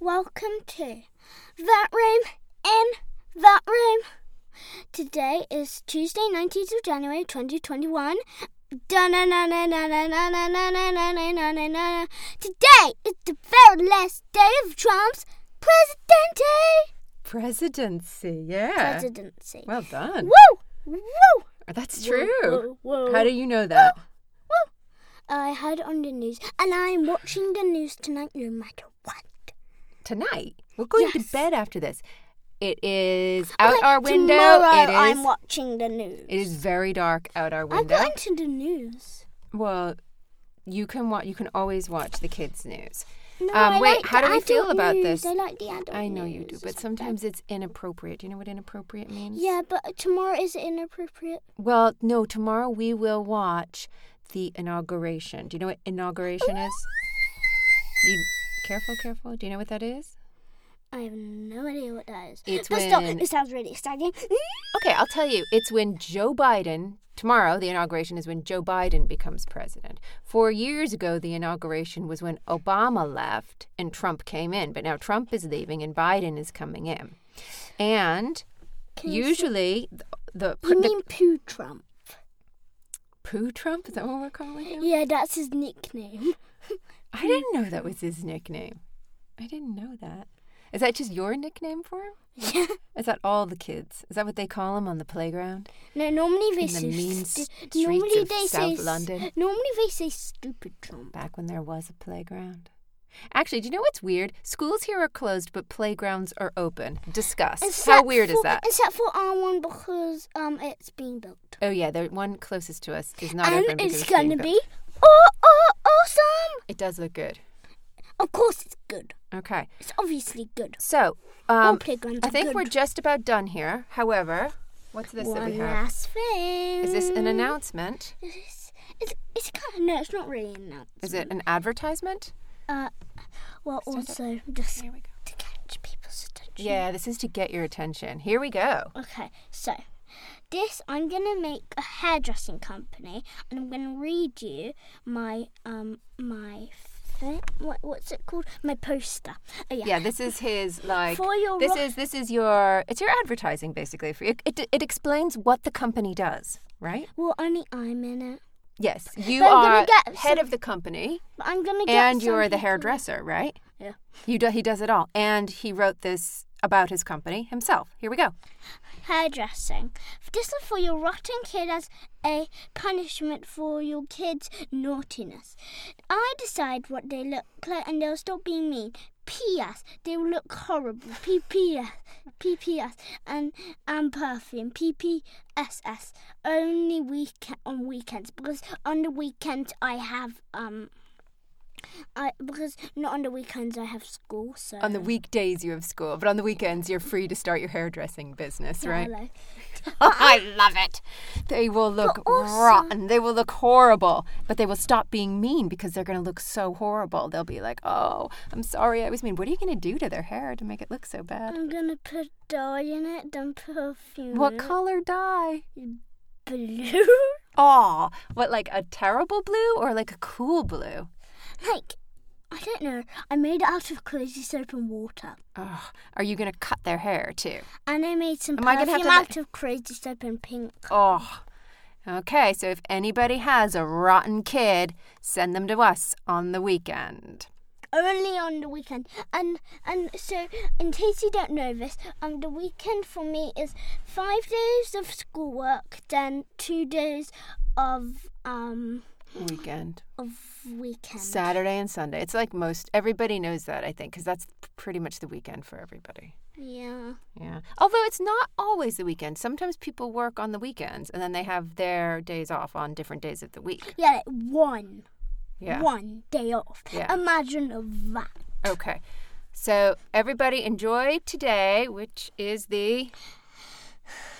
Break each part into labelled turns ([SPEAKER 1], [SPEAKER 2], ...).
[SPEAKER 1] Welcome to That Room in That Room. Today is Tuesday, 19th of January 2021. Da-na-na-na-na-na-na-na-na-na-na-na-na. Today is the very last day of Trump's presidente
[SPEAKER 2] Presidency, yeah.
[SPEAKER 1] presidency.
[SPEAKER 2] well done.
[SPEAKER 1] Woo! Woo!
[SPEAKER 2] That's true.
[SPEAKER 1] Whoa, whoa,
[SPEAKER 2] How do you know that?
[SPEAKER 1] I heard it on the news, and I'm watching the news tonight no matter what.
[SPEAKER 2] Tonight. We're going
[SPEAKER 1] Yes.
[SPEAKER 2] to bed after this. It is out
[SPEAKER 1] Okay,
[SPEAKER 2] our window.
[SPEAKER 1] Tomorrow
[SPEAKER 2] it is
[SPEAKER 1] I'm watching the news.
[SPEAKER 2] It is very dark out our
[SPEAKER 1] I
[SPEAKER 2] window.
[SPEAKER 1] got into the news.
[SPEAKER 2] Well, you can watch you can always watch the kids news.
[SPEAKER 1] No,
[SPEAKER 2] Um,
[SPEAKER 1] I
[SPEAKER 2] wait,
[SPEAKER 1] like
[SPEAKER 2] how
[SPEAKER 1] the
[SPEAKER 2] do we feel
[SPEAKER 1] adult
[SPEAKER 2] about
[SPEAKER 1] news.
[SPEAKER 2] this?
[SPEAKER 1] I like the adult
[SPEAKER 2] I know you do,
[SPEAKER 1] news.
[SPEAKER 2] but sometimes it's inappropriate. Do you know what inappropriate means?
[SPEAKER 1] Yeah, but tomorrow is inappropriate.
[SPEAKER 2] Well, no, tomorrow we will watch the inauguration. Do you know what inauguration is? You careful, careful. Do you know what that is?
[SPEAKER 1] I have no idea what that is.
[SPEAKER 2] It's
[SPEAKER 1] but stop.
[SPEAKER 2] when-
[SPEAKER 1] It sounds really exciting.
[SPEAKER 2] Okay, I'll tell you. It's when Joe Biden, tomorrow, the inauguration is when Joe Biden becomes president. Four years ago, the inauguration was when Obama left and Trump came in, but now Trump is leaving and Biden is coming in. And
[SPEAKER 1] Can you say-
[SPEAKER 2] usually, th- the,
[SPEAKER 1] You
[SPEAKER 2] the,
[SPEAKER 1] mean Pooh Trump?
[SPEAKER 2] poo Trump, is that what we're calling him?
[SPEAKER 1] Yeah, that's his nickname.
[SPEAKER 2] I didn't know that was his nickname. I didn't know that. Is that just your nickname for him?
[SPEAKER 1] Yeah.
[SPEAKER 2] Is that all the kids? Is that what they call him on the playground?
[SPEAKER 1] No, normally they
[SPEAKER 2] In the
[SPEAKER 1] say
[SPEAKER 2] mean
[SPEAKER 1] stu-
[SPEAKER 2] streets
[SPEAKER 1] normally
[SPEAKER 2] of
[SPEAKER 1] they say
[SPEAKER 2] South
[SPEAKER 1] s-
[SPEAKER 2] London.
[SPEAKER 1] Normally they say stupid Trump.
[SPEAKER 2] Back when there was a playground. Actually, do you know what's weird? Schools here are closed, but playgrounds are open. Discuss. How
[SPEAKER 1] Except
[SPEAKER 2] weird is
[SPEAKER 1] for-
[SPEAKER 2] that?
[SPEAKER 1] Except for our one because um it's being built.
[SPEAKER 2] Oh yeah, the one closest to us is not
[SPEAKER 1] and
[SPEAKER 2] open. because
[SPEAKER 1] it's
[SPEAKER 2] being
[SPEAKER 1] gonna
[SPEAKER 2] built.
[SPEAKER 1] be oh oh awesome.
[SPEAKER 2] It does look good.
[SPEAKER 1] Of course it's good.
[SPEAKER 2] Okay,
[SPEAKER 1] It's obviously good.
[SPEAKER 2] so
[SPEAKER 1] All
[SPEAKER 2] um,
[SPEAKER 1] playgrounds
[SPEAKER 2] I
[SPEAKER 1] are
[SPEAKER 2] think
[SPEAKER 1] good.
[SPEAKER 2] we're just about done here. However, what's this that we
[SPEAKER 1] One
[SPEAKER 2] have?
[SPEAKER 1] last thing.
[SPEAKER 2] Is this an announcement?
[SPEAKER 1] It's, it's, it's kind of no, it's not really an announcement.
[SPEAKER 2] Is it an advertisement?
[SPEAKER 1] Uh, well, also just
[SPEAKER 2] Here we go.
[SPEAKER 1] to catch people's attention.
[SPEAKER 2] Yeah, this is to get your attention. Here we go.
[SPEAKER 1] Okay, so this I'm gonna make a hairdressing company, and I'm gonna read you my um my thi- what, what's it called? My poster. Oh yeah.
[SPEAKER 2] Yeah, this is his like.
[SPEAKER 1] For your
[SPEAKER 2] this
[SPEAKER 1] ro-
[SPEAKER 2] is this is your. It's your advertising basically. For you. It it explains what the company does, right?
[SPEAKER 1] Well, only I'm in it,
[SPEAKER 2] Yes, you
[SPEAKER 1] But I'm gonna
[SPEAKER 2] are
[SPEAKER 1] get
[SPEAKER 2] head
[SPEAKER 1] some-
[SPEAKER 2] of the company,
[SPEAKER 1] but I'm gonna get.
[SPEAKER 2] and
[SPEAKER 1] some
[SPEAKER 2] you're the
[SPEAKER 1] people-
[SPEAKER 2] hairdresser, right?
[SPEAKER 1] Yeah.
[SPEAKER 2] You do, he does it all, and he wrote this about his company himself. Here we go.
[SPEAKER 1] hairdressing. This is for your rotting kid as a punishment for your kid's naughtiness. I decide what they look like and they'll stop being mean. P.S. They will look horrible. P.P.S. P.P.S. and and perfume. P.P.S.S. Only weekend on weekends because on the weekends I have um. I because not on the weekends I have school so
[SPEAKER 2] On the weekdays you have school, but on the weekends you're free to start your hairdressing business,
[SPEAKER 1] Yeah,
[SPEAKER 2] right?
[SPEAKER 1] hello.
[SPEAKER 2] Oh, I love it. They will look
[SPEAKER 1] also-
[SPEAKER 2] rotten. They will look horrible. But they will stop being mean because they're going to look so horrible. They'll be like, oh, I'm sorry, I was mean. What are you going to do to their hair to make it look so bad?
[SPEAKER 1] I'm gonna put dye in it, then perfume.
[SPEAKER 2] What
[SPEAKER 1] in it.
[SPEAKER 2] color dye?
[SPEAKER 1] Blue.
[SPEAKER 2] Aw, what, like a terrible blue or like a cool blue?
[SPEAKER 1] like, I don't know. I made it out of crazy soap and water,
[SPEAKER 2] Oh, are you going to cut their hair too?
[SPEAKER 1] and I made some
[SPEAKER 2] Am I
[SPEAKER 1] perfume
[SPEAKER 2] gonna have to let-
[SPEAKER 1] out of crazy soap and pink.
[SPEAKER 2] Oh. Okay, so if anybody has a rotten kid, send them to us on the weekend.
[SPEAKER 1] Only on the weekend, and and so in case you don't know this, um, the weekend for me is five days of schoolwork, then two days of um
[SPEAKER 2] Weekend.
[SPEAKER 1] of weekend.
[SPEAKER 2] Saturday and Sunday. It's like most everybody knows that I think because that's p- pretty much the weekend for everybody.
[SPEAKER 1] Yeah.
[SPEAKER 2] Yeah. Although it's not always the weekend. Sometimes people work on the weekends and then they have their days off on different days of the week.
[SPEAKER 1] Yeah, like one.
[SPEAKER 2] Yeah.
[SPEAKER 1] One day off.
[SPEAKER 2] Yeah.
[SPEAKER 1] Imagine that.
[SPEAKER 2] Okay. So everybody enjoy today, which is the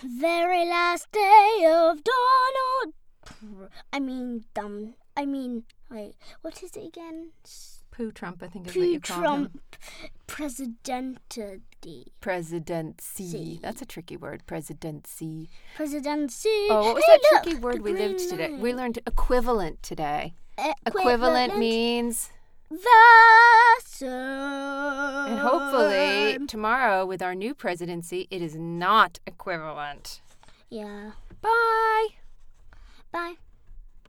[SPEAKER 1] Very last day of Donald. Tr- I mean, dumb. I mean, wait, what is it again?
[SPEAKER 2] Pooh Trump. I think is what
[SPEAKER 1] Pre
[SPEAKER 2] you call him.
[SPEAKER 1] Trump presidentity.
[SPEAKER 2] Presidency.
[SPEAKER 1] See.
[SPEAKER 2] That's a tricky word. Presidency.
[SPEAKER 1] Presidency.
[SPEAKER 2] Oh, what was
[SPEAKER 1] Hey,
[SPEAKER 2] that
[SPEAKER 1] look,
[SPEAKER 2] tricky word
[SPEAKER 1] the
[SPEAKER 2] we lived
[SPEAKER 1] green
[SPEAKER 2] today?
[SPEAKER 1] light.
[SPEAKER 2] We learned equivalent today.
[SPEAKER 1] Equivalent
[SPEAKER 2] Equivalent means
[SPEAKER 1] the sun.
[SPEAKER 2] And
[SPEAKER 1] Oh,
[SPEAKER 2] hopefully, tomorrow with our new presidency, it is not equivalent.
[SPEAKER 1] Yeah.
[SPEAKER 2] Bye.